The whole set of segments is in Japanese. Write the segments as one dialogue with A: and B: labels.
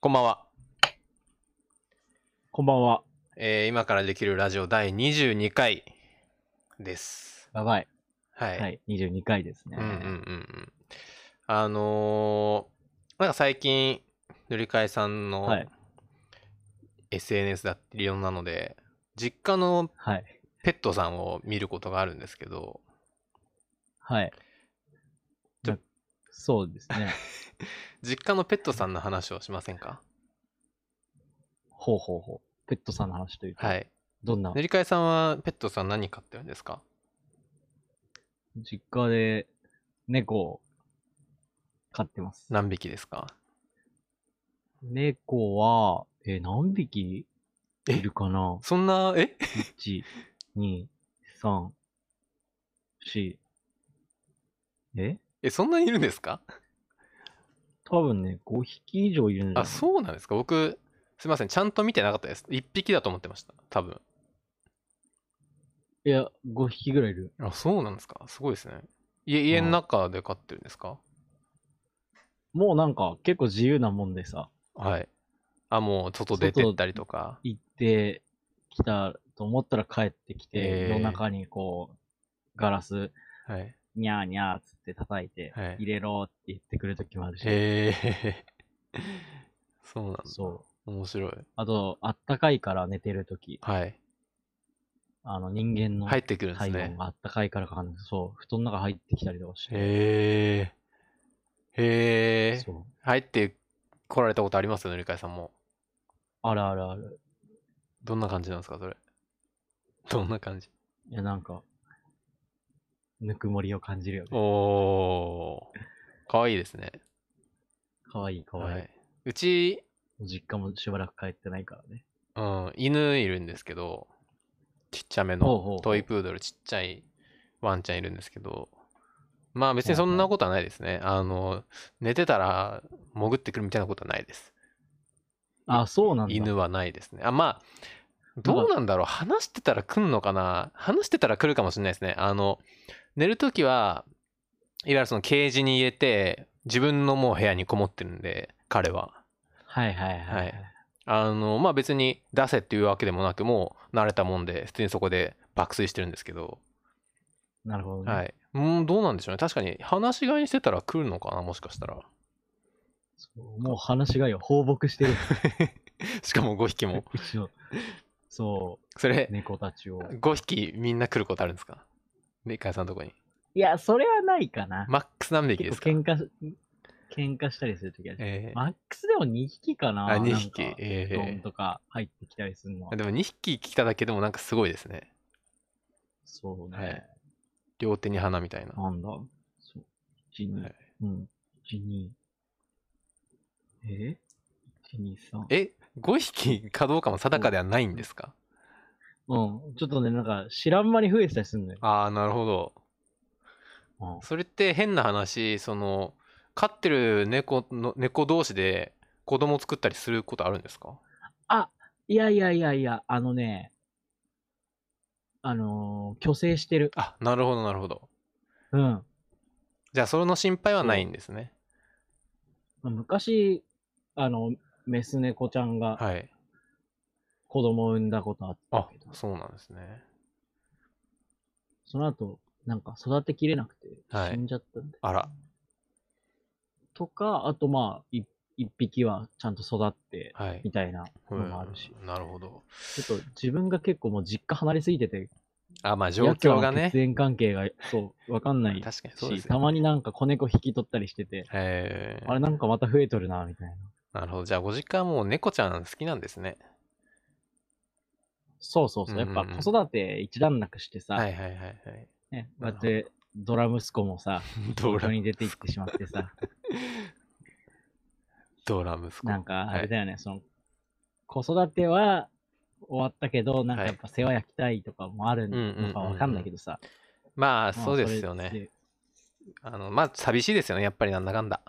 A: こんばんは、
B: こんばんは。
A: えー今からできるラジオ第22回です。
B: やばい。
A: はい。
B: はい。22回ですね。
A: うんうんうんうん。あのーなんか最近、塗り替えさんの
B: はい
A: SNS だっていろんなので、実家の
B: はい。
A: ペットさんを見ることがあるんですけど、
B: はい。
A: ちょ
B: なそうですね。
A: 実家のペットさんの話をしませんか
B: ほうほうほう。ペットさんの話というと、
A: はい。
B: どんな
A: 塗り替えさんはペットさん何飼ってるんですか
B: 実家で猫を飼ってます。
A: 何匹ですか
B: 猫は、えー、何匹いるかな
A: そんな、え
B: ?1、2、3、4。え
A: え、そんないるんですか
B: 多分ね、5匹以上いるんじゃ
A: あ、
B: ない
A: そうなんですか僕、すいません、ちゃんと見てなかったです。1匹だと思ってました、多分。
B: いや、5匹ぐらいいる。
A: あ、そうなんですかすごいですね。家、家の中で飼ってるんですか、
B: もうなんか結構自由なもんでさ。
A: はい。あ、もう外出てったりとか。
B: 行ってきたと思ったら帰ってき
A: えー
B: て、夜中にこう、ガラス、
A: はい。
B: にゃーにゃーっつって叩いて、
A: はい
B: 入れろって言ってくるときもあるし、
A: へえ。 そうなんだ。
B: そう。
A: 面白い。
B: あと、あったかいから寝てるとき、
A: はい。
B: あの人間の
A: 入ってくるんです
B: 体
A: ね
B: 温。があったかいからかわかんないけどそう、布団の中入ってきたりとかして、
A: へえ。へえ。
B: そう。
A: 入って来られたことありますよね、りかえさんも。
B: あるあるある。
A: どんな感じなんですか、それ。どんな感じ
B: いや、なんか、ぬくもりを感じるよね。
A: おー。かわいいですね。
B: かわいいかわいい。
A: はい。うち、
B: 実家もしばらく帰ってないからね。
A: うん、犬いるんですけど、ちっちゃめ
B: ほうほうほ
A: の
B: う
A: トイプードルちっちゃいワンちゃんいるんですけど、まあ別にそんなことはないですね。あの、寝てたら潜ってくるみたいなことはないです。
B: あ、そうなんだ。
A: 犬はないですね。あ、まあ、どうなんだろう。話してたら来るのかな話してたら来るかもしれないですね。あの、寝るときは、いわゆるそのケージに入れて、自分のもう部屋にこもってるんで、彼は。
B: はいはいは
A: は
B: い。
A: いあの、まあ別に出せっていうわけでもなく、もう慣れたもんで、普通にそこで爆睡してるんですけど、
B: なるほどね。
A: はい。うん、どうなんでしょうね。確かに、話し飼いにしてたら来るのかな、もしかしたら。
B: そうもう話がよ、放牧してる。
A: しかも5匹 も。
B: うちの、そ、
A: そうれ、
B: 猫たちを。
A: 5匹みんな来ることあるんですかね、かえさんのとこに。
B: いや、それはないかな。
A: マックス何匹で
B: 結
A: す
B: 構
A: か
B: 喧嘩し、喧嘩したりするときは、
A: えー
B: マックスでも2匹かな。
A: あ、2匹
B: なん。か布団
A: え
B: とか入ってきたりするのは
A: ー。でも2匹来ただけでもなんかすごいですね。
B: そうね。
A: はい両手に花みたいな。
B: なんだそう。1、2、
A: はい
B: うん。1、2。え ?1、2、3。
A: え、5匹かどうかも定かではないんですか
B: うん。ちょっとね、なんか、知らん間に増えてたりするのよ。
A: ああ、なるほど。
B: うん
A: それって変な話その飼ってる猫の猫同士で子供作ったりすることあるんですか
B: いやいやいやいや、あのね、あのー、虚勢してる。
A: あなるほどなるほど
B: うん。
A: じゃあその心配はないんですね
B: 昔、あの、メス猫ちゃんが
A: はい
B: 子供を産んだことあった
A: あ
B: けど、
A: そうなんですね
B: その後、なんか育てきれなくて
A: はい
B: 死んじゃったんで。
A: あら
B: とか、あとまあ、い一匹はちゃんと育って、
A: はい
B: みたいな
A: う
B: のもあるし、
A: んなるほど
B: ちょっと自分が結構もう実家離れすぎてて、
A: あまあ状況が
B: 奴らの血
A: ね
B: 縁関係が、そう、わかんないし、
A: 確かにそうです
B: た
A: よね
B: まになんか子猫引き取ったりしてて、
A: え
B: あれなんかまた増えとるな、みたいな。
A: なるほどじゃあご実家はもう猫ちゃん好きなんですね
B: そうそうそう。やっぱ
A: うんうんうん
B: 子育て一段落してさ、
A: はいはいはいはい
B: ね、こうやってドラ息子もさ、
A: ド
B: 外
A: ラ
B: に出て行ってしまっ てさ、
A: ドラ息子
B: なんかあ
A: は
B: れ
A: い
B: だよね、その、子育ては終わったけど、なんか
A: はい
B: やっぱ世話焼きたいとかもある
A: うんうんうんう
B: の
A: ん
B: かわかんないけどさ。
A: まあ
B: まあ
A: そうですよ
B: それ
A: ね
B: で
A: あのまあ寂しいですよねやっぱりなんだかんだ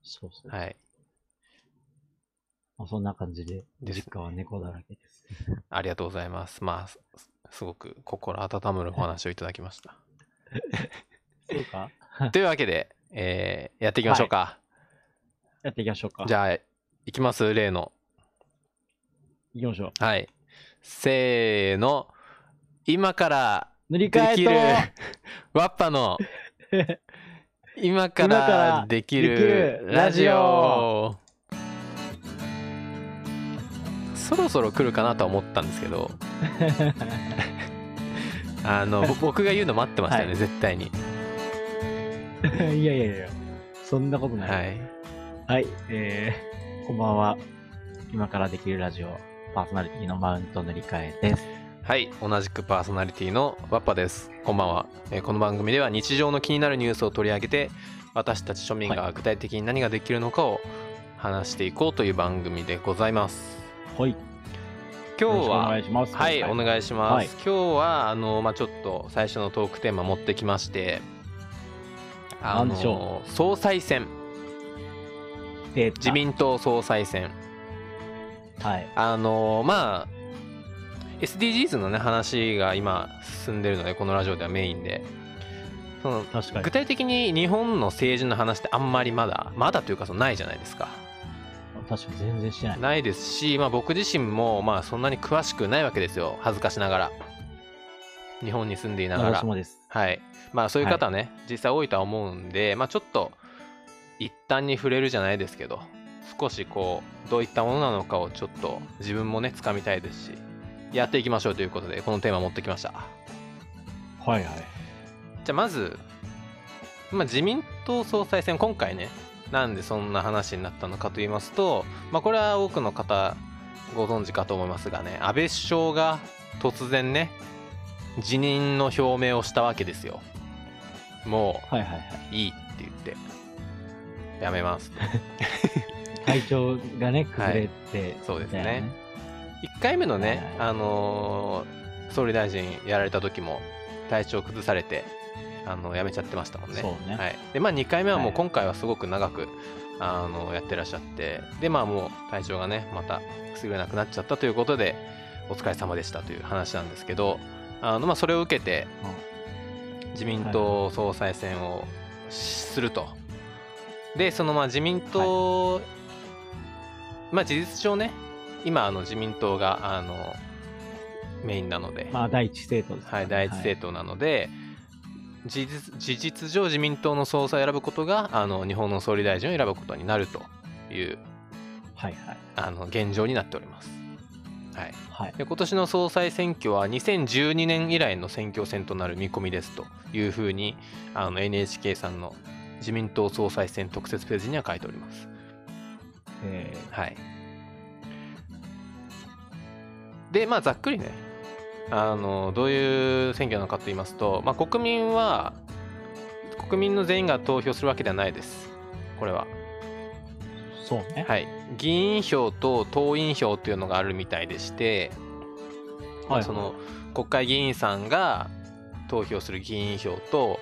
B: そうそう。
A: はい
B: まあそんな感じで、
A: です
B: 実家は猫だらけです。
A: ありがとうございます。まあ、すすごく心温まるお話をいただきました。
B: そうか
A: というわけで、えーやっていきましょうか。
B: やっていきましょうか。
A: じ
B: ゃ
A: ゃあ、いきます例の。
B: 行きましょう。
A: はい。せーの。今から
B: 塗り
A: で
B: 替
A: きる
B: え
A: ワッパ の
B: と
A: 今か
B: からら
A: でき
B: でき
A: る
B: る
A: ラ
B: ラ
A: ジ
B: ジ
A: オ
B: オ
A: そろそろ来るかなとは思ったんですけ どあのぼ僕が言うの待ってましたよね、
B: は
A: 絶対に
B: いやいやいや、そんなことない。
A: はい
B: はい、えー、こんばんは。今からできるラジオ、パーソナリティのマウント塗り替えです。
A: はい同じくパーソナリティのワッパですこんばんは、えーこの番組では日常の気になるニュースを取り上げて私たち庶民が具体的に何ができるのかを話していこうという番組でございます
B: はい、
A: 今日
B: よろしくお
A: は
B: 願いします。
A: はい、お願いします。
B: はい
A: 今日はあの、まあ、ちょっと最初のトークテーマ持ってきまして、
B: なんでしょ
A: 総裁選、
B: 出た
A: 自。民党総裁選、
B: はい。
A: あのまあ、SDGs の、ね、話が今進んでるので、このラジオではメインで。その
B: 確かに
A: 具。体的に日本の政治の話ってあんまりまだまだというかそのないじゃないですか
B: 確かに全然してない。
A: ないですし、まあ、僕自身もまあそんなに詳しくないわけですよ恥ずかしながら日本に住んでいながら
B: 私もです。
A: はい。まあそういう方ね、実際多いとは思うんで、まあちょっと一旦に触れるじゃないですけど、少しこう、どういったものなのかをちょっと自分もね、掴みたいですし、やっていきましょうということで、このテーマ持ってきました。
B: はいはい。
A: じゃあまず、まあ、自民党総裁選、今回ね、なんでそんな話になったのかと言いますと、まあこれは多くの方ご存知かと思いますがね、安倍首相が突然ね、辞任の表明をしたわけですよ。もう、
B: はいはいはい。
A: いいって言ってやめます
B: 体調がね、崩れて、
A: そうです
B: だよ
A: ね。1回目のね
B: はい、はい
A: あのー総理大臣やられた時も体調崩されてあの辞めちゃってましたもんね
B: そうね
A: はい、でまあ2回目はも
B: は
A: う
B: い
A: 今回はすごく長く、あのやってらっしゃってでまあもう体調がねまた優れなくなっちゃったということでお疲れ様でしたという話なんですけどあの、まあ、それを受けて
B: うん
A: 自民党総裁選をすると。でそのまあ自民党、まあ事実上ね今あの自民党があのメインなので、
B: まあ、第一政党ですか
A: は
B: ら
A: い、
B: ね、
A: 第一政党なので、事実事実上自民党の総裁を選ぶことがあの日本の総理大臣を選ぶことになるという
B: はいはい
A: あの現状になっております。はい、
B: はい。
A: で今年の総裁選挙は2012年以来の選挙戦となる見込みですというふうにあの NHK さんの自民党総裁選特設ページには書いております。
B: え
A: はい、でまあざっくりねあのどういう選挙なのかと言いますと、まあ、国民は国民の全員が投票するわけではないですこれは。
B: ーそうね。
A: はい、議員票と党員票というのがあるみたいでして、まあその国会議員さんが投票する議員票と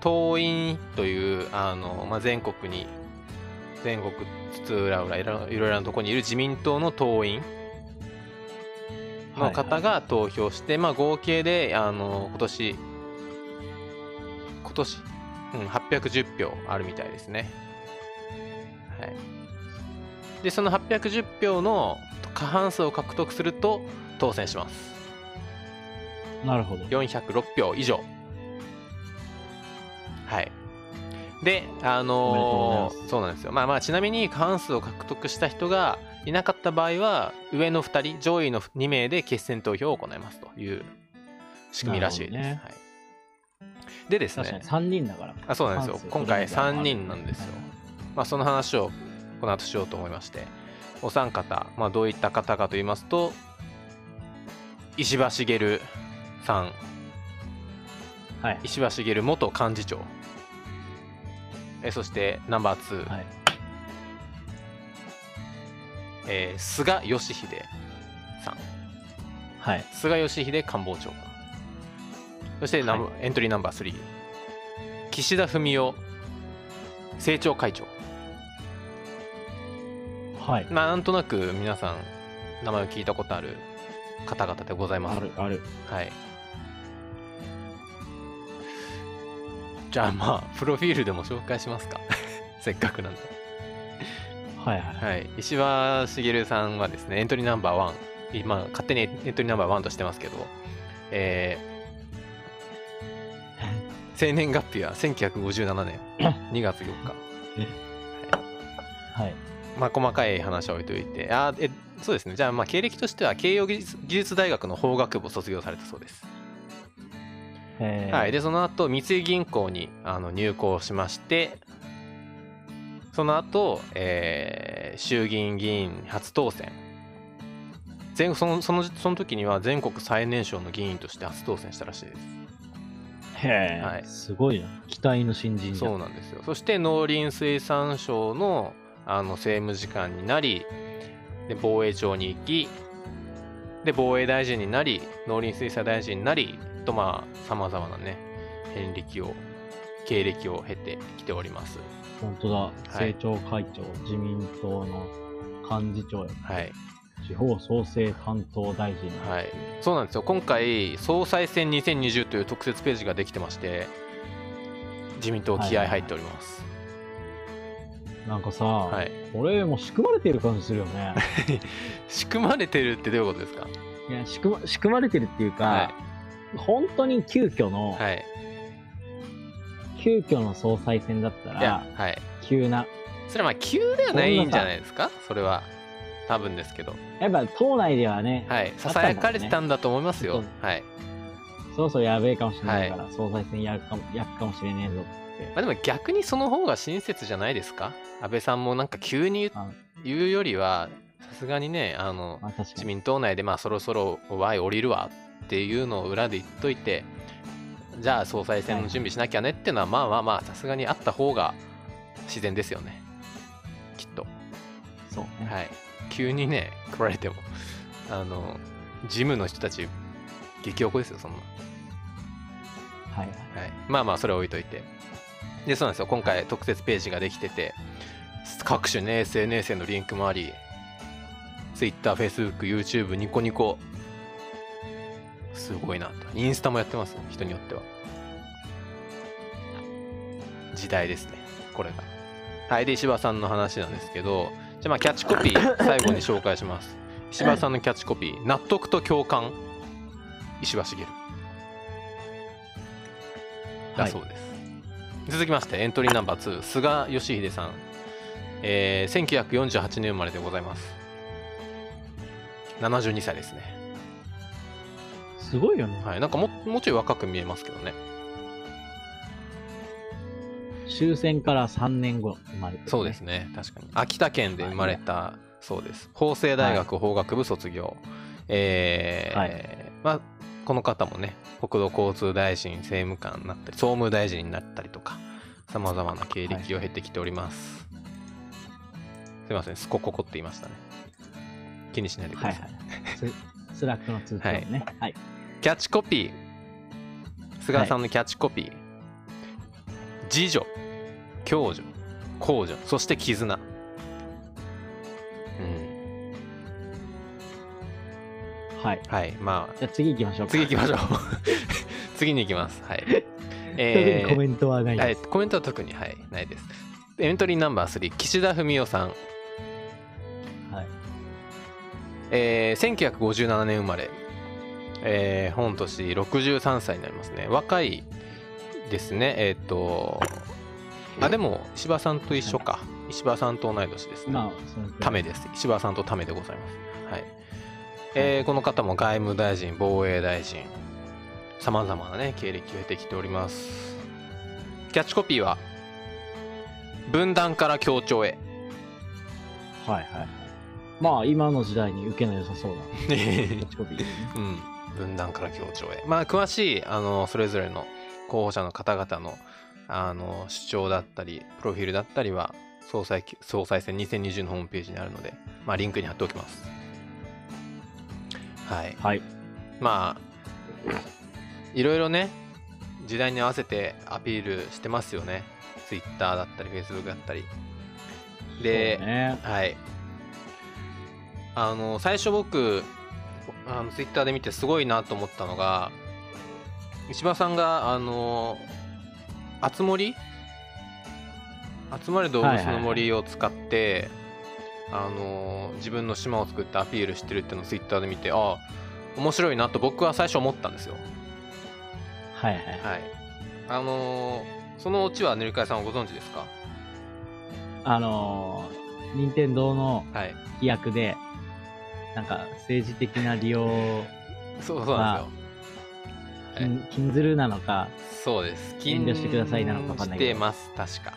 A: 党員というあの、まあ、全国に全国津々浦々いろいろいろなところにいる自民党の党員の方が投票して、まあ、合計であの今年今年、うん、810票あるみたいですね。はい、でその810票の過半数を獲得すると当選します。
B: なるほど。
A: 406票以上はいであ
B: おめでとうご
A: のー
B: ざいます
A: そうなんですよまあまあちなみに過半数を獲得した人がいなかった場合は上の2人上位の2名で決選投票を行いますという仕組みらしいです、
B: なるほ
A: はい、でです
B: 確かに
A: ね
B: 3人だから。
A: あそうなんですよ
B: 半数
A: 今回
B: 取れる
A: 3
B: みたい
A: 人なんですよ、まあ、その話をこの後しようと思いましてお三方、まあ、どういった方かと言いますと石破茂さん
B: はい。
A: 石破茂元幹事長えーそしてナンバー2、
B: はい。
A: えー菅義偉さん
B: はい。
A: 菅義偉官房長官そしてナンバーエントリーナンバー3岸田文雄政調会長
B: はい。
A: まあなんとなく皆さん名前を聞いたことある方々でございます
B: ある、ある。
A: はい じゃあまあプロフィールでも紹介しますかせっかくなんで
B: はいはい。
A: はい、石破茂さんはですねエントリーナンバー1今勝手にエントリーナンバー1としてますけど、えー生年月日は1957年2月4日
B: はい。
A: まあ細かい話は置いといてあーえそうですねじゃあまあ経歴としては慶応技術技術大学の法学部を卒業されたそうです、
B: えー、
A: はい、でその後三井銀行にあの入行しましてその後、えー衆議院議員初当選全そのそのその時には全国最年少の議員として初当選したらしいです
B: へー
A: はい
B: すごいな。期待の新人じゃん
A: そうなんですよそして農林水産省のあの政務次官になりで防衛庁に行きで防衛大臣になり農林水産大臣になりとまあさまざまなね遍歴を経歴を経てきております
B: 本当だ、
A: い
B: 政調会長、自民党の幹事長や、
A: はい
B: 地方創生担当大臣。
A: はいそうなんですよ今回総裁選2020という特設ページができてまして自民党気合入っております
B: なんかさ、
A: はい、
B: これもう仕組まれてる感じするよね。
A: 仕組まれてるってどういうことですか
B: いや仕組ま、仕組まれてるっていうか、
A: は
B: 本当に急遽の、
A: いはい
B: 急遽の総裁選だった
A: いや
B: ら、
A: はい
B: 急な。
A: それはまあ急ではないんじゃないですかそれは多分ですけど
B: やっぱ党内ではね、
A: はい
B: あ
A: さ
B: っ
A: さ
B: たんだろうね
A: やかれてたんだと思いますよ
B: ちょっ
A: はい
B: そろそろやべえかもしれないから、総裁選やるかも、やっかもしれねえぞって。
A: まあでも逆にその方が親切じゃないですか安倍さんもなんか急に言
B: あ
A: う言うよりはさすがにねあの
B: まあ確か
A: 自
B: に。
A: 民党内でまあそろそろ Y 降りるわっていうのを裏で言っといてじゃあ総裁選の準備しなきゃねっていうのはまあまあまあさすがにあった方が自然ですよねきっと
B: そうね。
A: はい、急にね来られてもあのジムの人たち激おこですよそんな、
B: はい。
A: はい、まあまあそれは置いといてでそうなんですよ今回特設ページができてて各種ね SNS へのリンクもあり TwitterFacebookYouTube ニコニコすごいなとインスタもやってます人によっては時代ですねこれがはいで石破さんの話なんですけどじゃあまあキャッチコピー最後に紹介します石破さんのキャッチコピー納得と共感石破茂だそうです、続きましてエントリーナンバー2菅義偉さん、えー1948年生まれでございます72歳ですね
B: すごいよね。
A: はいなんかももうちょい若く見えますけどね
B: 終戦から3年後生まれてるね
A: そうです。ね確かに秋田県で生まれたそうです法政大学法学部卒業、えー
B: は
A: まあこの方もね国土交通大臣政務官になったり総務大臣になったりとかさまざまな経歴を経てきております、すいませんすこここって言いましたね気にしないでくだ
B: は
A: さ
B: い
A: い、
B: はい。ススラックの通知をね。はい。
A: キャッチコピー菅さんのキャッチコピー、自助共助公助そして絆うん
B: はい。
A: はいまあ
B: じゃあ次行きましょうか。
A: 次行きまし ょう
B: う。
A: 次に行きますはい
B: 特
A: え
B: にコ
A: ー
B: メントはないです。
A: はい、コメントは特に、はい、ないですエントリーナンバー3岸田文雄さん、
B: はい。
A: えー1957年生まれ、えー本年63歳になりますね若いですねえっ、とあでも石破さんと一緒か石破さんと同い年ですね
B: まあ、そのくらい
A: ためです石破さんとためでございますはい、えーこの方も外務大臣防衛大臣さまざまなね経歴を経てきておりますキャッチコピーは分断から協調へ
B: はいはい。まあ、今の時代に受けの良さそうな。 キャッチコピーですね。
A: うん、分断から協調へまあ詳しいあのそれぞれの候補者の方々のあの主張だったりプロフィールだったりは総裁総裁選2020のホームページにあるので、まあ、リンクに貼っておきますはい
B: はい。
A: まあいろいろね時代に合わせてアピールしてますよね Twitter だったり Facebook だったりで
B: そうね、
A: はい。あの、最初僕、あの、ツイッターで見てすごいなと思ったのが、石破さんが、あの、あつ森集まる動物の森を使って、あのー自分の島を作ってアピールしてるっていうのをツイッターで見てああ面白いなと僕は最初思ったんですよ
B: はいはい。
A: はいあのーそのオチはねるかいさんはご存知ですか
B: あのー、任天堂の
A: はい
B: 規約で、なんか政治的な利用を
A: そうそうなんですよ
B: 禁禁ずるなのか、
A: そうです
B: 遠慮してくださいなのかわかんないけど
A: してます確か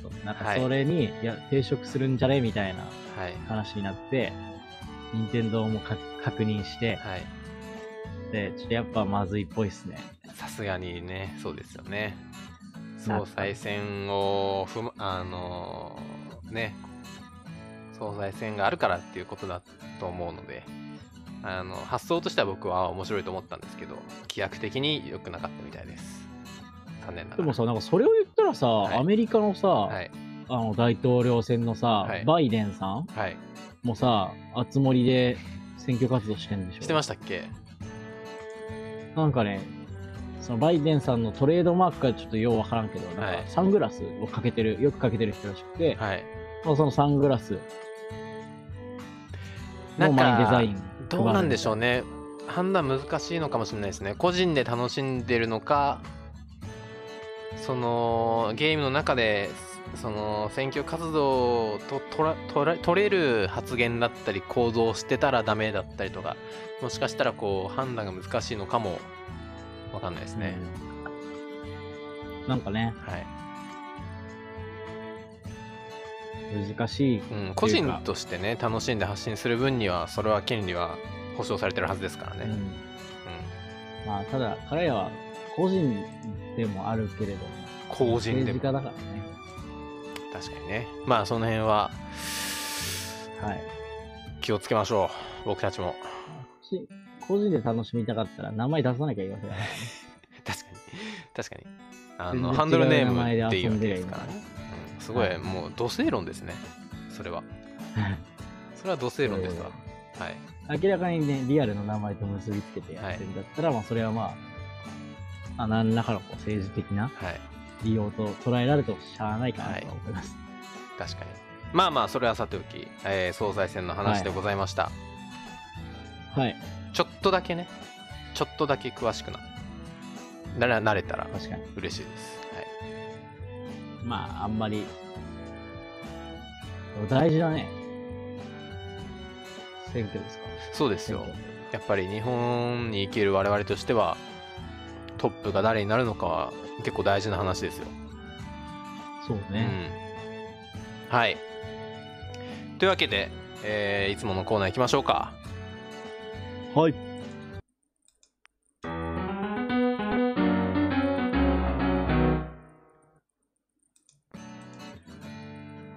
B: そうな
A: は
B: んか
A: い
B: それに、い、や、抵触するんじゃねみたいな
A: はい
B: 話になって、任天堂もか確認して、
A: はい
B: で、ちょっとやっぱまずいっぽいっすね。
A: さすがにねそうですよね
B: な
A: 総裁選をふまあのーね総裁選があるからっていうことだと思うのであの発想としては僕は面白いと思ったんですけど規約的に良くなかったみたいです残念ながら
B: でもさ、なんかそれを言ったらさ、
A: はい
B: アメリカのさ、
A: はい
B: あの大統領選のさ、
A: はい
B: バイデンさん
A: はい
B: もさ、あつ森で選挙活動してんでしょ
A: してましたっけ
B: なんかね、そのバイデンさんのトレードマークがちょっとようわからんけど、
A: は
B: ないんかサングラスをかけてる、よくかけてる人らしくて、
A: はい
B: まあそのサングラス
A: な
B: の
A: んか
B: マイデザイン。
A: どうなんでしょうね判断難しいのかもしれないですね個人で楽しんでるのかそのゲームの中でその選挙活動ととらとら取れる発言だったり行動をしてたらダメだったりとかもしかしたらこう判断が難しいのかもわかんないですね、
B: うんなんかね、
A: はい、
B: 難しい。
A: うん、個人としてね楽しんで発信する分にはそれは権利は保障されてるはずですからね、う
B: う
A: ん
B: んまあ、ただ、彼らは個人でもあるけれども、
A: 個人で
B: 政治
A: も
B: 家だからね。
A: 確かにねまあその辺は
B: はい。
A: 気をつけましょう僕たちも
B: し個人で楽しみたかったら名前出さなきゃいけません。
A: 確かに確かにあ
B: 全然
A: の
B: 違う
A: ハンドルネームっていうわけですから
B: 名前で
A: ね、うんすご
B: はい
A: いもう土星論ですねそれはそれは土星論ですわはい
B: 明らかにね、リアルの名前と結びつけてやってるんだったら、まあ、それはまあ、あ何らかのこう政治的な
A: はい
B: 利用と捉えられてもしゃあないかなとは思います。
A: 確かにまあまあそれはさておき、えー総裁選の話でございました、
B: はい、
A: ちょっとだけねちょっとだけ詳しくななら慣れたら
B: 確かに。
A: 嬉しいです、はい、
B: まあ、あんまり。でも大事だね。選挙ですか
A: そうです
B: 選
A: よ
B: 挙。
A: やっぱり日本に行ける我々としてはトップが誰になるのかは結構大事な話ですよ。
B: そうね。
A: うん、はいというわけで、えーいつものコーナー行きましょうか。
B: はい。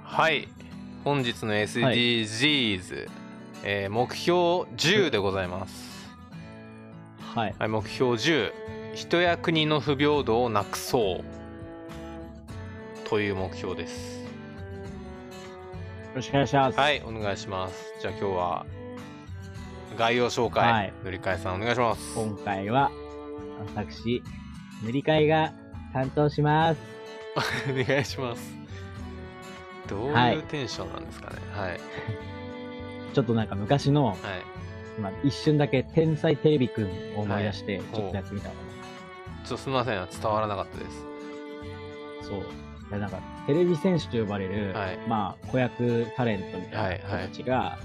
A: はい本日の SDGs、えー目標10でございます。
B: はい。
A: はい、目標10人や国の不平等をなくそうという目標です。
B: よろしくお願いします。
A: はい、お願いします。じゃあ今日は概要紹介、
B: はい
A: 塗り替えさんお願いします。
B: 今回は、私、塗り替えが担当します。
A: お願いします。どう
B: はいいう
A: テンションなんですかね。はい、はい、
B: ちょっとなんか昔の、まあ、一瞬だけ天才テレビくんを思い出して、ちょっとやってみたの、
A: ちょっとすみません、伝わらなかったです。
B: そう。いやなんか、テレビ戦士と呼ばれる、
A: はい
B: まあ、子役タレントみたいな人たちが、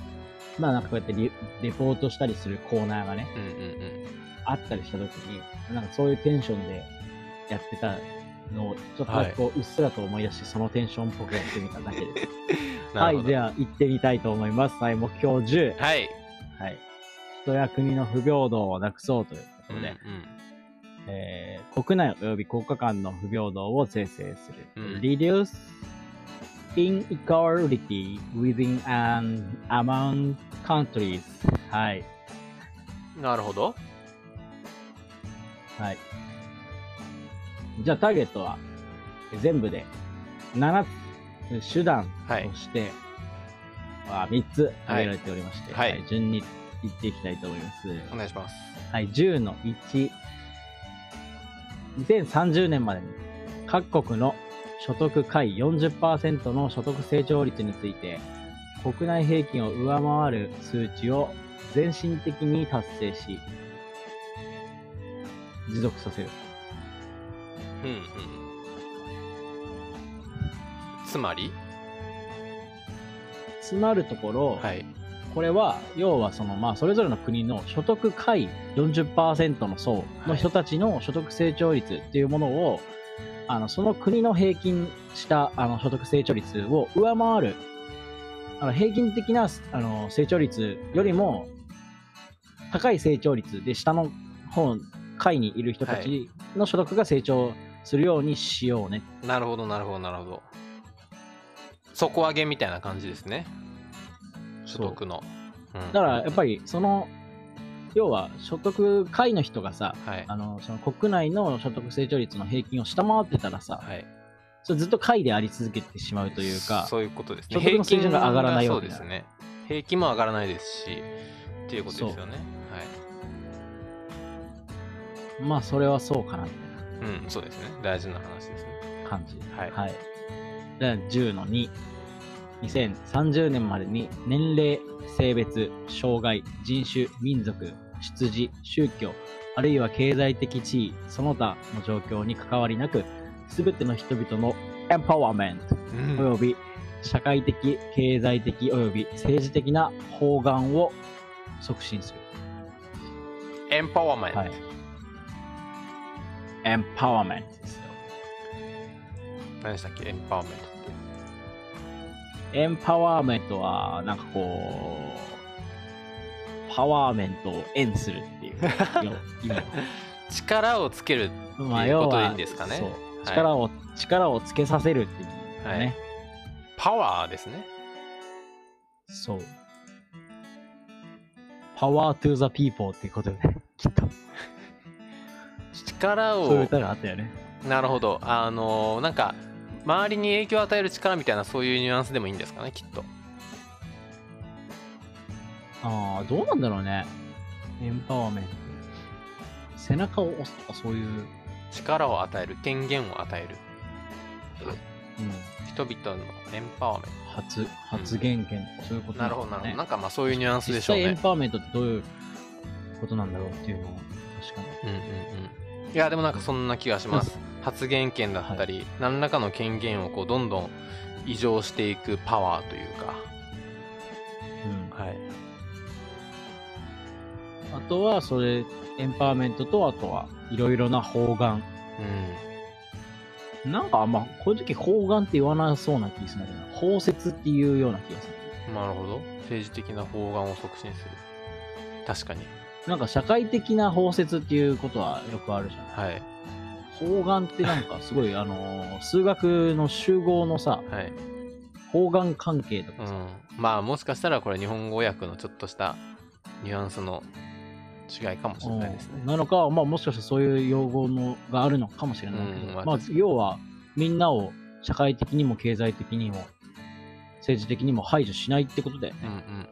B: まあ、なんかこうやってリレポートしたりするコーナーがね、
A: うんうん
B: あったりした時に、なんかそういうテンションでやってたのを、ちょっとなんかこう、うっすらと思い出して、そのテンションっぽくやってみただけです。
A: うん。
B: はい、で
A: は。
B: は行ってみたいと思います。はい、目標10。
A: はい。
B: はい。人や国の不平等をなくそうというこ
A: う
B: と
A: ん
B: で、えー国内及び国家間の不平等を是正する。
A: うん
B: Reduce inequality within and among countries. はい。
A: うんなるほど。
B: はい。じゃあターゲットは全部で7つ手段
A: はい
B: として、は3つ挙げられておりまして、
A: はい
B: 順に言っていきたいと思います。
A: お願いします。
B: はい、10の1。2030年までに各国の所得下位40%の所得成長率について国内平均を上回る数値を全身的に達成し、持続させる。
A: うんうん。つまり
B: つまるところ、
A: はい。
B: これは、要はその、まあ、それぞれの国の所得下位40%の層の人たちの所得成長率っていうものを、あの、その国の平均した、あの、所得成長率を上回る、あの、平均的な、あの、成長率よりも、高い成長率で下の方、下位にいる人たちの所得が成長するようにしようね。
A: なるほど、なるほど、なるほど。底上げみたいな感じですね。所得の。うん
B: だから、やっぱ
A: り。
B: り、その、要は、所得下位の人がさ、
A: はい。
B: あのその国内の所得成長率の平均を下回ってたらさ、
A: はい。
B: それずっと下位であり続けてしまうというか、
A: そういうことですね。
B: 所得の水準が上がらない
A: そ
B: わ
A: う
B: け
A: で
B: だ
A: すね。平均も上がらないですし、っていうことですよね。はい。
B: まあそれはそうかなみた
A: うん、そうですね。大事な話ですね。
B: いな感じ。
A: はい
B: はい、で10の2。2030年までに年齢、性別、障害、人種、民族、出自、宗教、あるいは経済的地位、その他の状況に関わりなく、すべての人々のエンパワーメント
A: うん
B: および社会的、経済的および政治的な包含を促進する。
A: エンパワーメント。
B: はい。エンパワーメントですよ。
A: 何でしたっけエンパワーメントって。
B: エンパワーメントは、なんかこう、パワーメントを円す るっていうよ意味。
A: 力をつける。
B: まあ、
A: いう
B: 要
A: ことでいい
B: は
A: んですかね
B: そう
A: い
B: 力を、力をつけさせるっていう意味だね。
A: はいパワーですね。
B: そう。パワートゥーザピーポーっていうことで、きっと。
A: 力
B: そういう
A: を。
B: 歌があったよね。
A: なるほど。あのー、なんか、周りに影響を与える力みたいな、そういうニュアンスでもいいんですかね、きっと。
B: ああ、どうなんだろうね。エンパワーメント。背中を押すとかそういう、うん、
A: 力を与える。権限を与える。人々のエンパワーメン
B: 発、発言権とかそういうこ
A: ト。
B: と
A: なる
B: の
A: ほ
B: か
A: ど、なるほ
B: ね
A: ど。なんかまあそういうニュアンスで
B: 実
A: しょう
B: 際エン
A: ね。
B: パワーメントってどういうことなんだろうっていうのは、確かに。
A: うんうんうん。いや、でもなんかそんな気がします。発言権だったり、何らかの権限をこう、どんどん異常していくパワーというか。
B: うん。
A: はい。
B: あとは、それ、エンパワーメントと、あとは、いろいろな方眼。
A: うん。
B: なんかあんま、こういう時方眼って言わなそうな気がするんだけど、包摂っていうような気がする。
A: なるほど。政治的な方眼を促進する。確かに。
B: なんか社会的な包摂っていうことはよくあるじゃん。
A: はい。
B: 方眼ってなんかすごいあのー数学の集合のさ
A: はい。
B: 方眼関係と
A: う
B: かさ、
A: ん。まあ、もしかしたらこれ日本語訳のちょっとしたニュアンスの違いかもしれないです
B: う
A: ね
B: ん。なのか、まあ、もしかしたらそういう用語のがあるのかもしれないけど、
A: うんまあ
B: まあ
A: 確、
B: 要はみんなを社会的にも経済的にも政治的にも排除しないってことで
A: うんうんうんうんうん。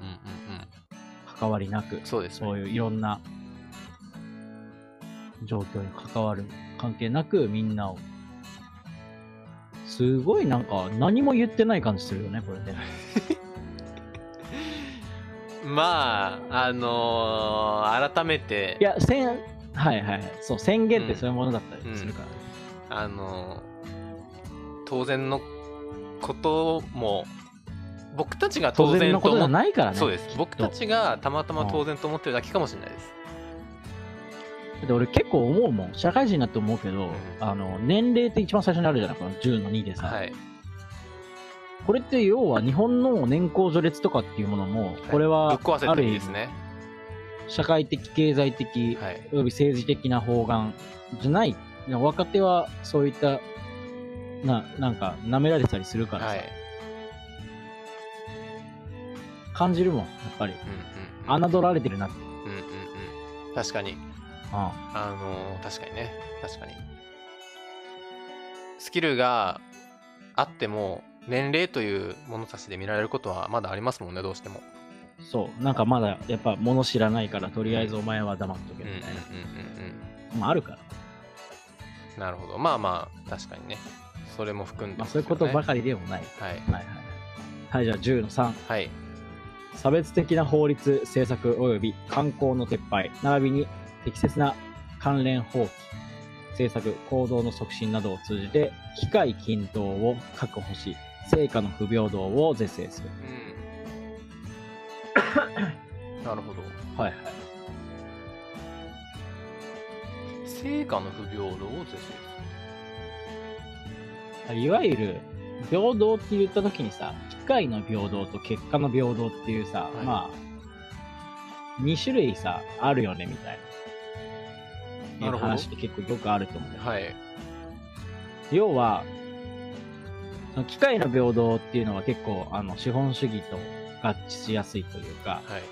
B: 関わりなく
A: そうですね。
B: そういういろんな状況に関わる関係なくみんなをすごいなんか何も言ってない感じするよねこれね。
A: まあ、あのー改めて、
B: いや、せん、はいはい。そう、宣言ってそういうものだったりするから。
A: あのー当然のことも、僕たちが当
B: 当然
A: 然
B: の
A: と
B: ことじ
A: 思
B: ゃ
A: っ
B: ないからね。
A: そうです。僕た
B: きっ
A: ちがたまたま当然と思ってるだけかもしれないです。
B: と。だって俺結構思うもん。社会人になって思うけど、
A: ん
B: あの、年齢って一番最初にあるじゃないこの10の2でさ。
A: はい。
B: これって要は日本の年功序列とかっていうものも、これは、
A: ぶっ壊せ
B: あ
A: て
B: る
A: るん
B: 意
A: です
B: 味、
A: ね。
B: 社会的、経済的、
A: はい。
B: および政治的な方眼じゃない。若手はそういった、な、なんか、舐められてたりするからさ、
A: はい。
B: 感じるもん、やっぱり。
A: うんうんうん。
B: 侮られてるなって。
A: うんうんうん。確かに。
B: うん
A: あのー確かにね。確かに。スキルがあっても、年齢という物差しで見られることはまだありますもんね、どうしても。
B: そう、なんかまだやっぱ物知らないから、とりあえずお前は黙っとけ
A: うんうんう
B: み
A: んう
B: たいな。
A: ん
B: まああるから。
A: うん。なるほど。まあまあ、確かにね。それも含んで
B: ま
A: ま
B: あ
A: す
B: そう
A: よ
B: いう
A: ね
B: ことばかりでもない。
A: はい。
B: はいはい。はい、じゃあ10の3。
A: はい。
B: 差別的な法律、政策及び観光の撤廃、並びに適切な関連法規、政策、行動の促進などを通じて、機会均等を確保し、成果の不平等を是正する。
A: うん。なるほど。
B: はい
A: 成果の不平等を是正する。
B: はい。いわゆる、平等って言った時にさ、機会の平等と結果の平等っていうさ、
A: はい
B: まあ、2種類さ、あるよね、みたいな。
A: なるほど
B: いう話って結構よくあると思うんだよ
A: はい。
B: 要は、その機械の平等っていうのは結構、あの、資本主義と合致しやすいというか、
A: はい。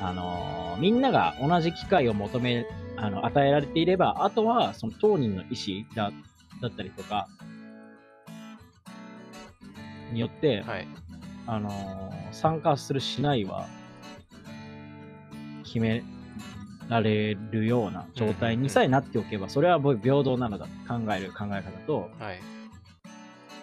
B: あのーみんなが同じ機会を求め、あの、与えられていれば、あとは、その当人の意思だ、だったりとか、によって、
A: はい。
B: あのー参加するしないは、決められるような状態にさえなっておけば、それは僕平等なのだと考える考え方と、
A: はい。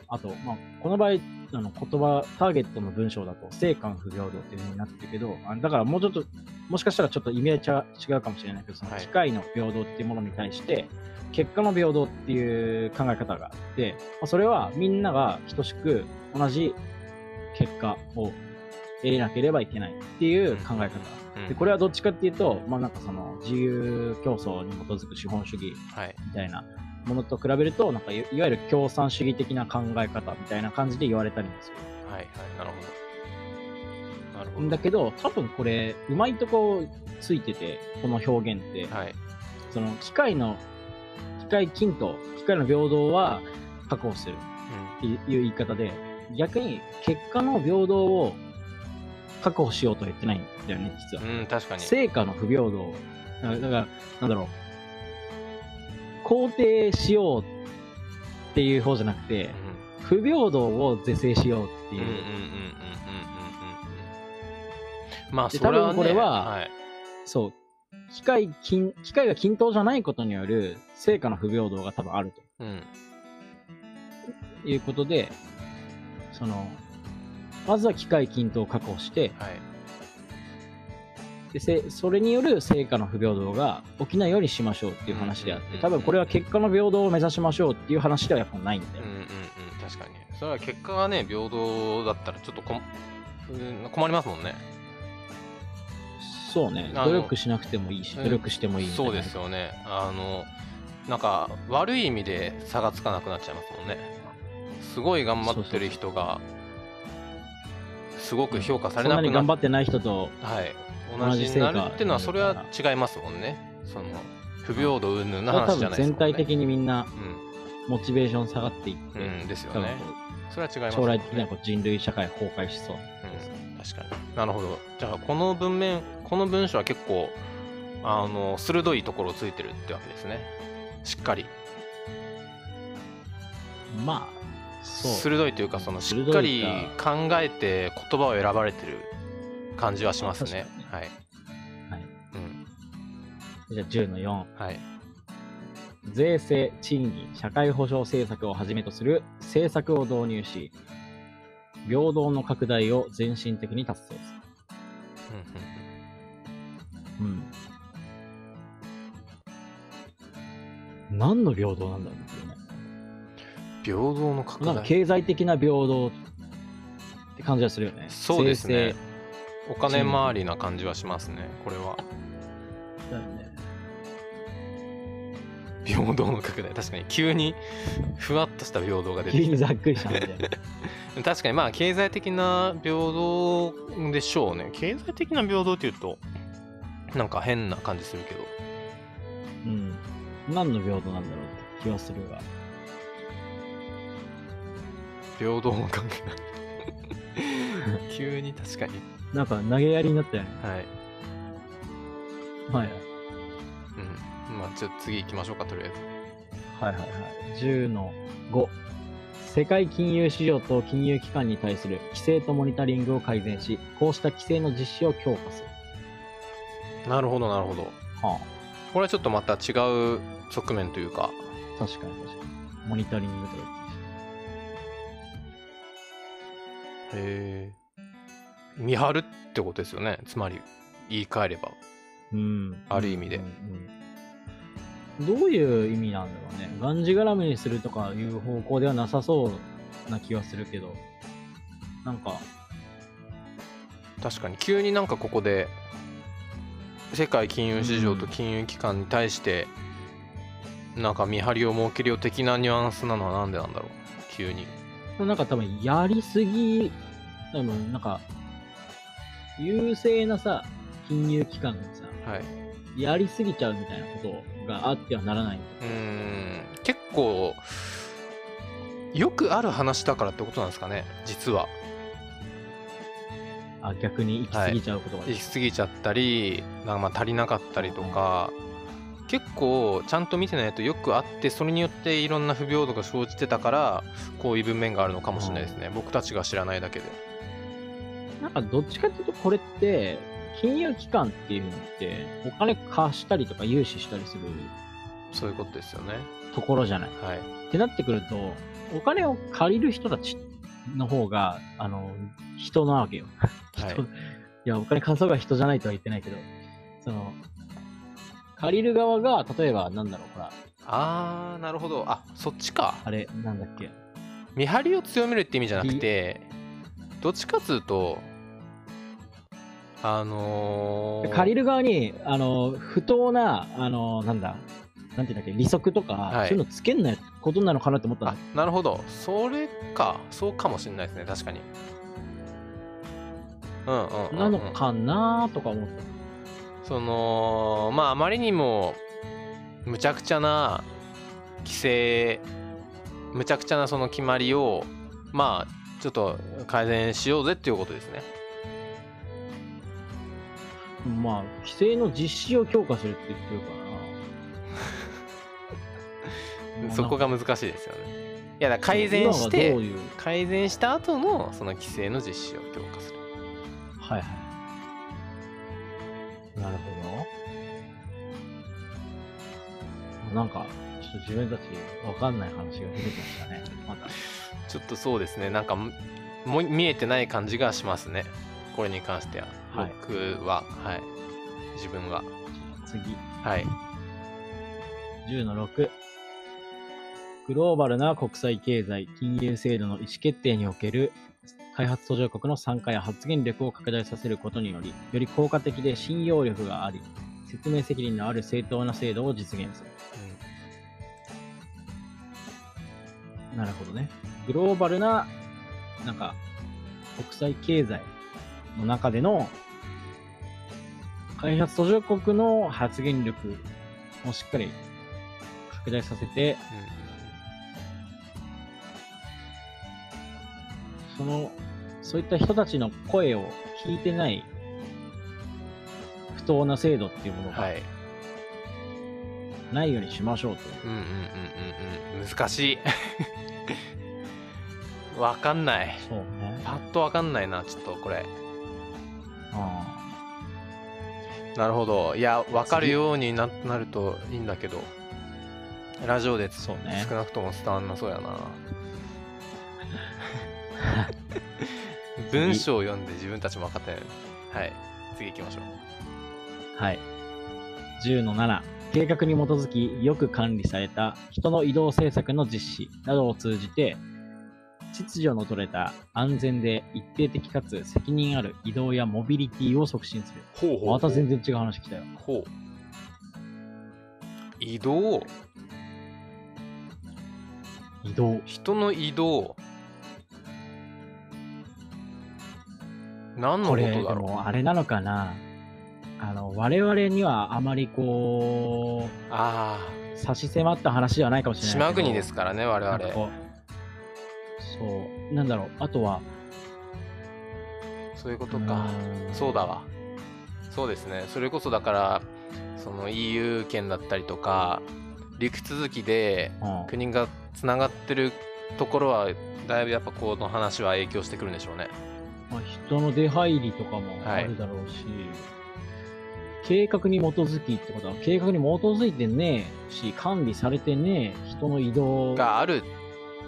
B: あと、まあ、この場合、あの言葉、ターゲットの文章だと、性感不平等っていう風になってるけど、あだからもうちょっと、もしかしたらちょっとイメージは違うかもしれないけど、その
A: はい
B: 機械の平等っていうものに対して、結果の平等っていう考え方があって、まあ、それはみんなが等しく同じ結果を得なければいけないっていう考え方。
A: うん
B: でこれはどっちかっていうと、まあなんかその自由競争に基づく資本主義
A: はい。
B: みたいなものと比べるとなんかいいわゆる共産主義的な考え方みたいな感じで言われたりもす
A: はい。はい。なるほど。なる
B: るんだけど多分これうまいとこついててこの表現って、
A: はい。
B: その機械の機械均等機械の平等は確保するっていう言い方で逆に結果の平等を確保しようとは言ってないんだよね実は
A: う。ん。うん、確かに。
B: 成果の不平等だだからなんだろう肯定しようっていう方じゃなくて、
A: うん。
B: 不平等を是正しようっ
A: う
B: て
A: ん
B: い
A: うんうんうんうんうんうん
B: う、
A: うん。まあ、
B: で
A: それは、ね、
B: 多分これは
A: はい。
B: そう機械均機械が均等じゃないことによる成果の不平等が多分ある
A: うん。
B: ということでそのまずは機械均等を確保して
A: はい。
B: でせそれによる成果の不平等が起きないようにしましょうっていう話であっ
A: うんうんうんう
B: て
A: ん
B: 多分これは結果の平等を目指しましょうっていう話ではやっぱないんだ
A: う
B: よ
A: んうんうん。確かに。それは結果がね、平等だったら、ちょっとこ、うん困りますもんね。
B: そうね
A: あの
B: 努力しなくてもいいし
A: うん
B: 努力してもいいみたい
A: そう
B: な
A: ですよね。あの、なんか、悪い意味で差がつかなくなっちゃいますもんね。すごい頑張ってる人が、すごく評価され
B: そん
A: な
B: な
A: く
B: に
A: な
B: 頑
A: っ
B: 張ってない人と
A: はい、同
B: 同
A: じ
B: じ
A: に
B: 成
A: な
B: 果
A: るっていうのはそれは違いますもんねその不平等云々の
B: 多
A: 話じゃ
B: 分
A: ないです
B: 全
A: もんね
B: 体的にみんなモチベーション下がっていっ
A: うん、
B: て
A: うん、ですよ
B: 多分
A: ねそれは違います
B: 将
A: もんね
B: 来的にはこう人類社会崩壊しそう。
A: うん、確かになるほどじゃあこの文面この文章は結構あの鋭いところをついてるってわけですねしっかり
B: まあ、そう。
A: 鋭いというかそのし
B: 鋭い
A: っ
B: か
A: かり考えて言葉を選ばれてる感じはしますね
B: 確
A: はい、
B: はい
A: うん
B: じゃあ10の4。
A: はい、
B: 税制、賃金、社会保障政策をはじめとする政策を導入し、平等の拡大を全身的に達成する。
A: うんうんうん
B: うん。何の平等なんだろうねこれね。
A: 平等の拡
B: なんか
A: 大
B: 経済的な平等って感じがするよね。
A: そうですね
B: 税制
A: お金回りな感じはしますねこれ は
B: だよね
A: 平等の拡大確かに急にふわっとした平等が出て
B: 急に
A: き
B: ざっくりしたんだよね。
A: た確かにまあ経済的な平等でしょうね経済的な平等っていうとなんか変な感じするけど
B: うん。何の平等なんだろうって気はするが。
A: 平等の関係 急に確かに
B: なんか投げやりになったよね。
A: はい、
B: はい
A: うん、まあじゃあ次行きましょうかとりあえず
B: はいはいはい。10の5。世界金融市場と金融機関に対する規制とモニタリングを改善し、こうした規制の実施を強化する。
A: なるほどなるほど
B: は
A: これはちょっとまた違う側面というか
B: あ、確かに確かに。モニタリングとか言って
A: へえ見張るってことですよねつまり言い換えれば
B: うん、
A: ある意味で
B: うんうんどういう意味なんだろうねがんじがらめにするとかいう方向ではなさそうな気はするけどなんか
A: 確かに急になんかここで世界金融市場と金融機関に対してなんか見張りを設けるよ的なニュアンスなのはなんでなんだろう急に
B: なんか多分やりすぎ多分なんか優勢なさ金融機関がさ
A: はい
B: やりすぎちゃうみたいなことがあってはならないんだ
A: うーん結構よくある話だからってことなんですかね実は
B: あ逆に行き過ぎちゃうことが、
A: 行き過ぎちゃったりなんかまあ足りなかったりとか結構ちゃんと見てないとよくあってそれによっていろんな不平等が生じてたからこういう文面があるのかもしれないですね僕たちが知らないだけで
B: なんかどっちかっていうとこれって金融機関っていうのってお金貸したりとか融資したりする
A: そういうことですよね
B: ところじゃない
A: はい
B: ってなってくると、お金を借りる人たちの方が、あの、人なわけよ。
A: はい
B: 人いや、お金貸そうが人じゃないとは言ってないけど、その、借りる側が、例えば、なんだろう、ほら、
A: あーなるほどあそっちか
B: あれ、なんだっけ。
A: 見張りを強めるって意味じゃなくてどっちかっつうとあのー、
B: 借り
A: る
B: る側に、あの、不当な、あの、なんだ、なんていうんだっけ、利息とか、
A: はい
B: そういうのつけんないことなのかなと思ったの
A: あなるほどそれかそうかもしれないですね確かにうんうんうんうん、
B: なのかなとか思った。
A: そのまああまりにもむちゃくちゃな規制むちゃくちゃなその決まりをまあちょっと改善しようぜっていうことですね
B: まあ、規制の実施を強化するって言って
A: 。
B: るからな
A: そこ
B: が
A: が難しいですよねいやだから改善し
B: どう
A: て
B: いう、
A: 改善した後のその規制の実施を強化する
B: はいはい。なるほど。なんか、ちょっと自分たちわかんない話が出てきましたね。また。
A: ちょっとそうですねなんかもも見えてない感じがしますねこれに関しては、
B: はい
A: 僕ははい自分は
B: 次、
A: はい
B: 10の6。グローバルな国際経済、金融制度の意思決定における開発途上国の参加や発言力を拡大させることにより、より効果的で信用力があり、説明責任のある正当な制度を実現する。なるほどね。グローバルな、なんか、国際経済の中での、開発途上国の発言力をしっかり拡大させて、その、そういった人たちの声を聞いてない、不当な制度っていうも
A: う
B: の
A: ん、は
B: が
A: い
B: ないようにしましょうと。
A: うんうんうんうんうん難しい わかんない
B: そうね。
A: パッとわかんないなちょっとこれ
B: あ
A: なるほどいやわかるようにななるといいんだけどラジオで
B: あ、
A: つ
B: そうね
A: 少。なくとも伝わんなそうや な文章を読んで自分たちも分かってないはい次行きましょう
B: はい。10の7、計画に基づきよく管理された人の移動政策の実施などを通じて、秩序の取れた安全で一定的かつ責任ある移動やモビリティを促進する。
A: ほう
B: また全然違う話来たよ。
A: ほう移動
B: 移動。
A: 人の移動何のこ
B: こ
A: と
B: れ、で
A: だろ
B: もあれなのかなあの、我々にはあまりこ
A: うあ
B: う、差し迫った話ではないかも
A: あ
B: しれないけど。
A: 島国ですからね我
B: なんか
A: 々
B: こうそう。なんだろう。あとは、
A: そういうことか
B: うーん
A: そうだわそうですねそれこそだからその EU 圏だったりとか陸続きで
B: うん
A: 国がつながってるところはだいぶやっぱこの話は影響してくるんでしょうね
B: まあ、人の出入りとかも
A: はい
B: あるだろうし、計画に基づきってことは、計画に基づいてねえし、管理されてねえ人の移動が
A: がある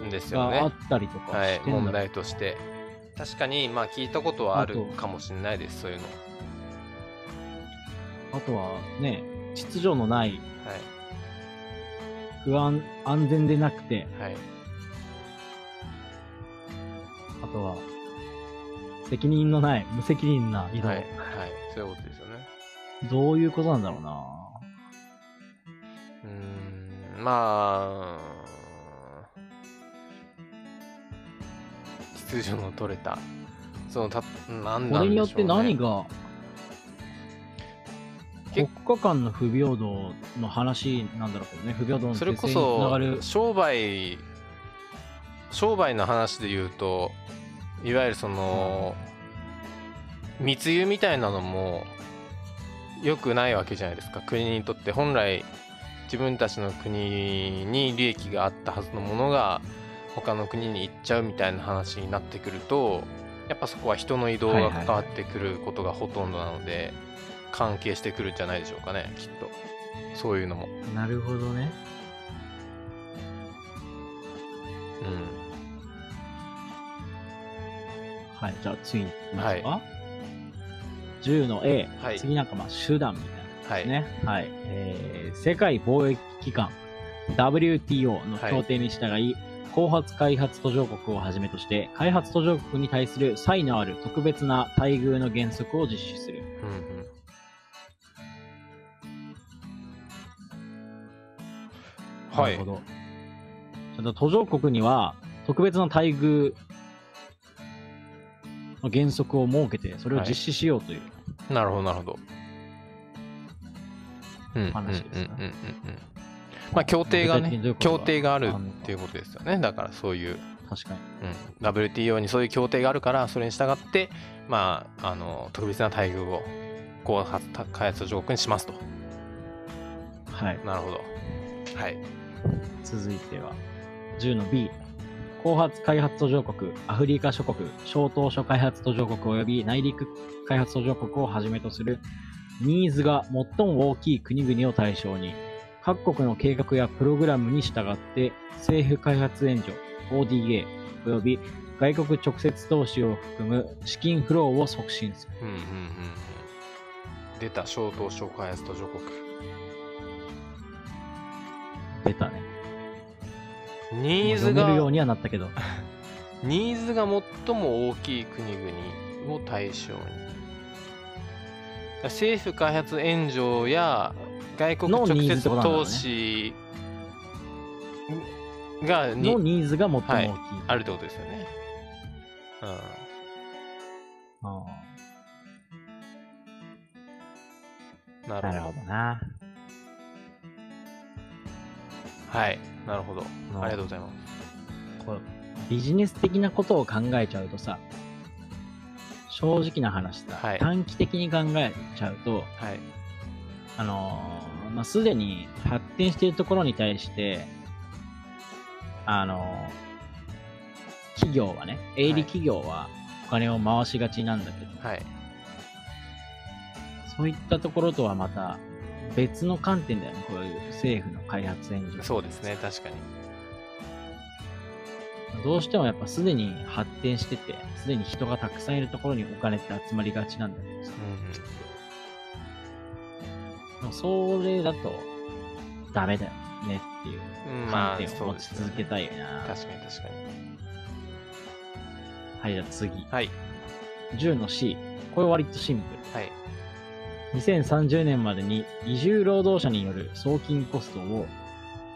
A: んですよ
B: あ
A: ね
B: ったりとか
A: はい
B: してんだろう
A: 問題として確かにまあ聞いたことはあ
B: あと
A: るかもしれないですそういうの
B: あとはね、秩序のない、
A: は
B: 不安、安全でなくて、
A: いはい
B: あとは、責任のない、無責任な移動。
A: はい、はい、そういうことですよね
B: どういうことなんだろうな
A: うーんまあ秩序の取れたそのたなんなんで
B: こ
A: しょう、ね、
B: れによって何
A: が
B: が、
A: け
B: 国家間の不平等の話なんだろうけどね、不平等の
A: それこ
B: 是正につな
A: そ
B: がる。
A: 商売商売の話で言うといわゆるその密輸みたいなのも良くないわけじゃないですか国にとって本来自分たちの国に利益があったはずのものが他の国に行っちゃうみたいな話になってくるとやっぱそこは人の移動が関わってくることがほとんどなので関係してくるんじゃないでしょうかねきっとそういうのも。
B: なるほどね。
A: うん
B: はい、じゃあ次に行きますか。10の A、
A: はい
B: 次なんかまあ手段みたいな。
A: はい、
B: ね、はい、えー世界貿易機関 WTO の協定に従い、後発開発途上国をはじめとして、開発途上国に対する差異のある特別な待遇の原則を実施する。
A: うんうんは
B: ないるほ。ど。ちょっと途上国には特別な待遇の原則を設けて、それを実施しようという。
A: なるほど、なるほど。うんうんうんうんうん
B: 話ですね
A: うん。まあ、協定がね
B: 具体的にどういう、ことが
A: 協定があるっていうことですよね。だから、そういう、
B: 確かに。
A: うん、WTO にそういう協定があるから、それに従って、まあ、あの特別な待遇を後発開発途上国にしますと。
B: はい。
A: なるほど。はい。
B: 続いては10の B 後発開発途上国アフリカ諸国小島諸開発途上国及び内陸開発途上国をはじめとするニーズが最も大きい国々を対象に各国の計画やプログラムに従って政府開発援助 ODA 及び外国直接投資を含む資金フローを促進する
A: うんうんうんうん。出た、小島小開発途上国。
B: 出たね
A: ニーズ
B: もう
A: が
B: 読めるようにはなったけど
A: ニーズが最も大きい国々を対象に政府開発援助や外国
B: の
A: 直
B: ニーズっ
A: 接
B: てことなんだろうね
A: 投資が
B: の
A: に
B: ニーズが最も大きい、
A: あるってことですよね。うん
B: あ
A: な
B: ー
A: るほど
B: なるほどな
A: はいなるほど
B: うん
A: ありがとうございます
B: こうビジネス的なことを考えちゃうとさ正直な話さ、
A: はい
B: 短期的に考えちゃうと
A: はい
B: あのーまあ、すでに発展しているところに対してあのー企業はね営利企業はお金を回しがちなんだけど、
A: はい
B: そういったところとはまた別の観点だよねこういう政府の開発援助
A: そうですね確かに
B: どうしてもやっぱすでに発展しててすでに人がたくさんいるところにお金って集まりがちなんだけどさでもそれだとダメだよねっていう
A: うん、うん、ま
B: 観
A: あ
B: 点を
A: そう
B: 持
A: で
B: ち
A: す
B: 続け
A: ね
B: たいよな、
A: 確かに確かに
B: はいじゃあ次
A: はい
B: 10の C これ割とシンプ
A: はい
B: ル2030年までに移住労働者による送金コストを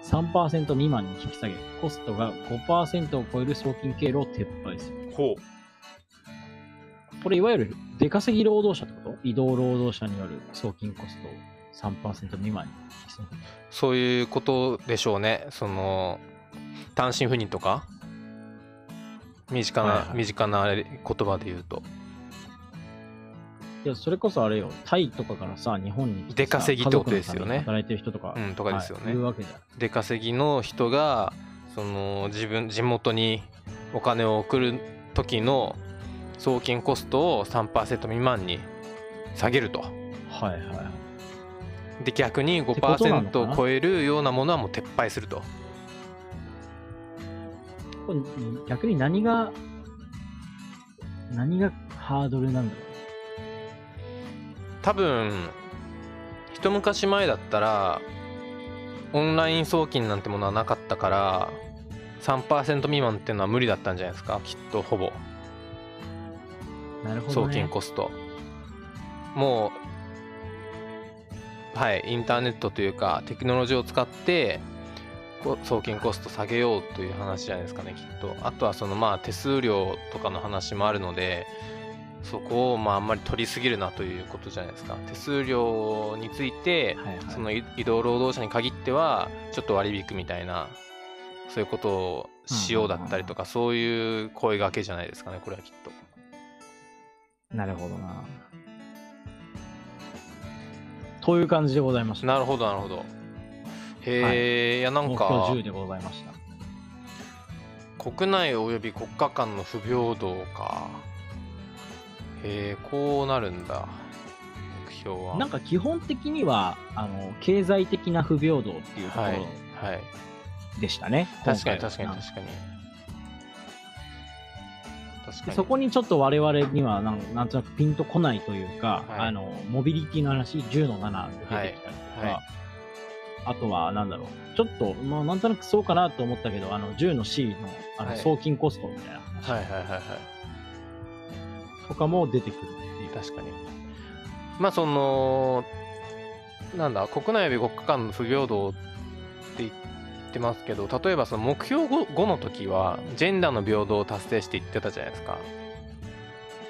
B: 3%未満に引き下げコストが5%を超える送金経路を撤廃する
A: ほう
B: これいわゆる出稼ぎ労働者ってこと移動労働者による送金コストを3%未満に引き下げ
A: そういうことでしょうね。その単身赴任とか身近な、
B: はいはい
A: 身近なあれ言葉で言うと
B: いや、それこそあれよ、タイとかからさ、日本に来てさ
A: 出稼ぎってことですよね
B: 家族のために働いてる人とか、
A: うんとかですよね
B: はい、いるわけじゃん。
A: 出稼ぎの人がその自分地元にお金を送る時の送金コストを3%未満に下げると
B: はいはいはい。
A: で逆に
B: てことなのかな
A: 5%を超えるようなものはもう撤廃すると
B: これ逆に何が何がハードルなんだろ
A: 多分一昔前だったらオンライン送金なんてものはなかったから3%未満っていうのは無理だったんじゃないですかきっとほぼ
B: う。なるほど、
A: 送
B: ね。
A: 金コスト、もうはいインターネットというかテクノロジーを使ってこ送金コスト下げようという話じゃないですかねきっとあとはそのまあ手数料とかの話もあるのでそこをまああんまり取りすぎるなということじゃないですか手数料について
B: はいはい
A: その移移動労働者に限ってはちょっと割り引くみたいなそういうことをしようだったりとかそういう声がけじゃないですかねこれはきっと
B: なるほどな。という感じでございました。
A: なるほどなるほどへえ、い、やなんか
B: 目標10でございました。
A: 国内および国家間の不平等かへえこうなるんだ目標は
B: なんか基本的にはあの経済的な不平等っていうとこ
A: はい
B: ろ
A: はい
B: でしたね。
A: 確か
B: 今
A: に
B: 回は
A: 確かに
B: うん
A: 確かに確か
B: で
A: に
B: そこにちょっと我々にはなんなんとなくピンとこないというか、
A: はい
B: あのモビリティの話10の7が出てきたりとか、
A: はいはい
B: あとはなんだろうちょっと、まあ、なんとなくそうかなと思ったけどあの10の C のあの
A: はい
B: 送金コストみたいな話
A: はいはいはいはい
B: とかも出てくるっていう
A: 確かにまあそのなんだ国内及び国家間の不平等って言ってますけど例えばその目標 5, 5の時はジェンダーの平等を達成して言ってたじゃないですか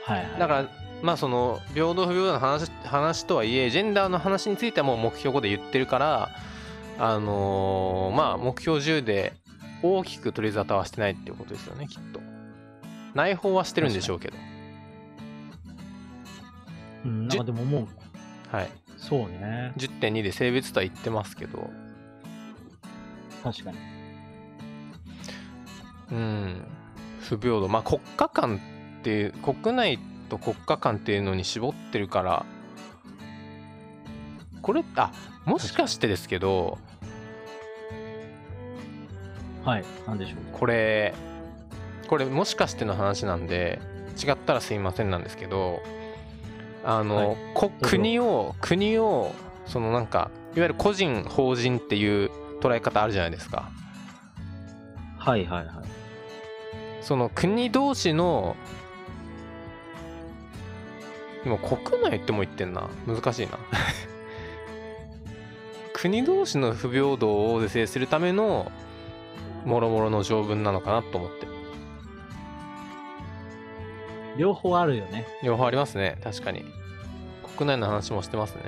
B: はいはい、
A: だからまあその平等不平等の話話とはいえジェンダーの話についてはもう目標5で言ってるからあのーまあ目標10で大きく取り沙汰はしてないっていうことですよねきっと内包はしてるんでしょうけど
B: うん、なんかでももう
A: はい
B: そうね
A: 10.2で性別とは言ってますけど
B: 確かに
A: うん不平等まあ国家間っていう国内と国家間っていうのに絞ってるからこれあもしかしてですけど
B: はいなんでしょう
A: これこれもしかしての話なんで違ったらすいませんなんですけどあの、
B: はい
A: こ
B: ぞ
A: 国を国をそのなんかいわゆる個人法人っていう捉え方あるじゃないですか
B: はいはいはい
A: その国同士のでも国内っても言ってんな難しいな 国同士の不平等を是正するためのもろもろの条文なのかなと思って
B: 両方あるよね
A: 両方ありますね確かに国内の話もしてますね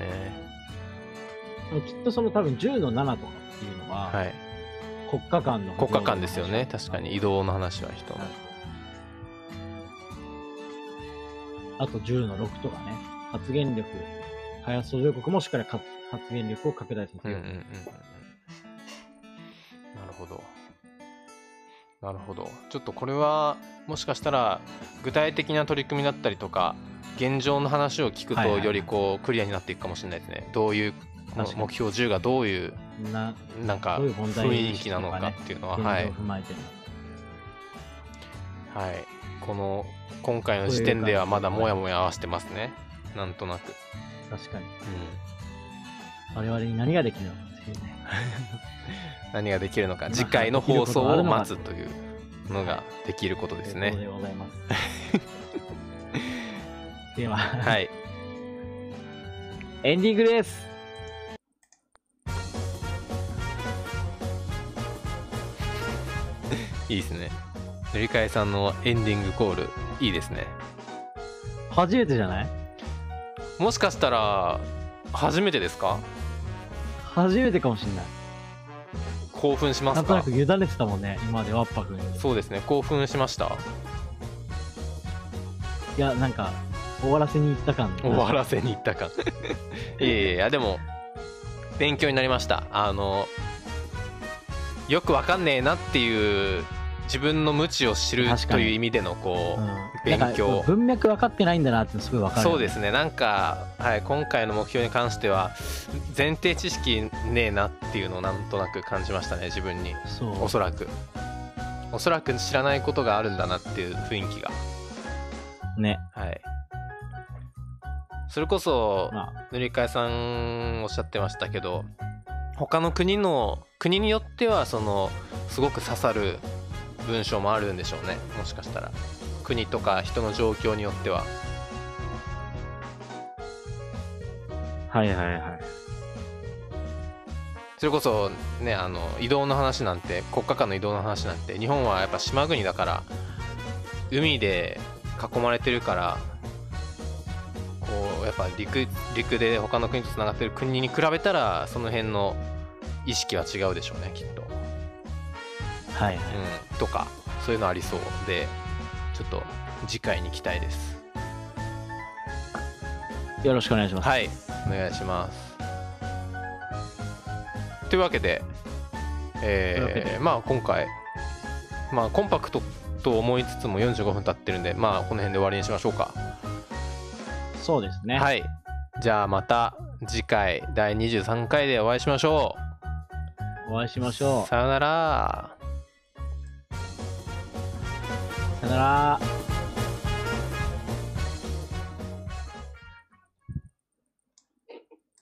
B: でもきっとその多分10の7とかっていうのは、
A: はい
B: 国家間の
A: 国家間ですよね確かに移動の話は人の
B: あと10の6とかね、発言力、開発途上国もしっかりか発言力を拡大さ
A: う
B: せ
A: ん
B: よ
A: うん
B: う
A: うんうんうんなるほどなるほどちょっとこれはもしかしたら具体的な取り組みだったりとか現状の話を聞く
B: はい
A: と
B: はいはい
A: よりこうクリアになっていくかもしれないですねどういうこの
B: 確かに
A: 目標10がどういう
B: な
A: なんか
B: どういう問題
A: 雰囲気なのかっていうのは
B: 現状を
A: はい
B: 踏まえてるのか
A: はい、この今回の時点ではまだモヤモヤ合わせてますねなんとなく、
B: 確かに。
A: うん、
B: 我々に何ができるのかっていうね。
A: 何ができるのか
B: まあ
A: 次回の
B: できる
A: 放
B: こと
A: 送
B: があ
A: を
B: るのか
A: 待つというのができることです
B: と
A: ね
B: いうことでござい ます。では、
A: はい
B: エンディングです。
A: いいですね塗り替えさんのエンディングコールいいですね
B: 初めてじゃない
A: もしかしたら初めてですか
B: 初めてかもしれない。
A: 興奮しま
B: な
A: す
B: んとな
A: か
B: く委ねてたもんね、今までワッパ君に。
A: そうですね興奮しました
B: いや、なんか、終わらせに行った感
A: 終わらせに行ったか いやいやいやでも勉強になりましたあのよくわかんねえなっていう自分の無知を知る
B: 確か
A: と
B: に
A: いう意味でのこう、
B: うん
A: 勉強
B: なんか文脈分かってないんだなってすごい分かる。
A: そうですねなんか、はい、今回の目標に関しては前提知識ねえなっていうのをなんとなく感じましたね自分に
B: そう。
A: おそらくおそらく知らないことがあるんだなっていう雰囲気が
B: ね。
A: はい。それこそ、
B: ま
A: 塗り替えさんおっしゃってましたけど他の国の国によってはそのすごく刺さる文章もあるんでしょうねもしかしたら国とか人の状況によっては
B: あ、はいはいはい。
A: それこそねあの移動の話なんて国家間の移動の話なんて日本はやっぱ島国だから海で囲まれてるからこうやっぱ陸陸で他の国とつながってる国に比べたらその辺の意識は違うでしょうねきっと。
B: はいはい。
A: うん、とかそういうのありそうでちょっと次回に期待です
B: よろしくお願いします。
A: はいお願いしますというわけで
B: というわけ
A: え
B: で
A: ー、まあ今回まあコンパクトと思いつつも45分経ってるんでまあこの辺で終わりにしましょうか
B: そうですね。
A: はいじゃあまた次回第23回でお会いしましょう
B: お会いしましょう。
A: さよなら
B: さよなら。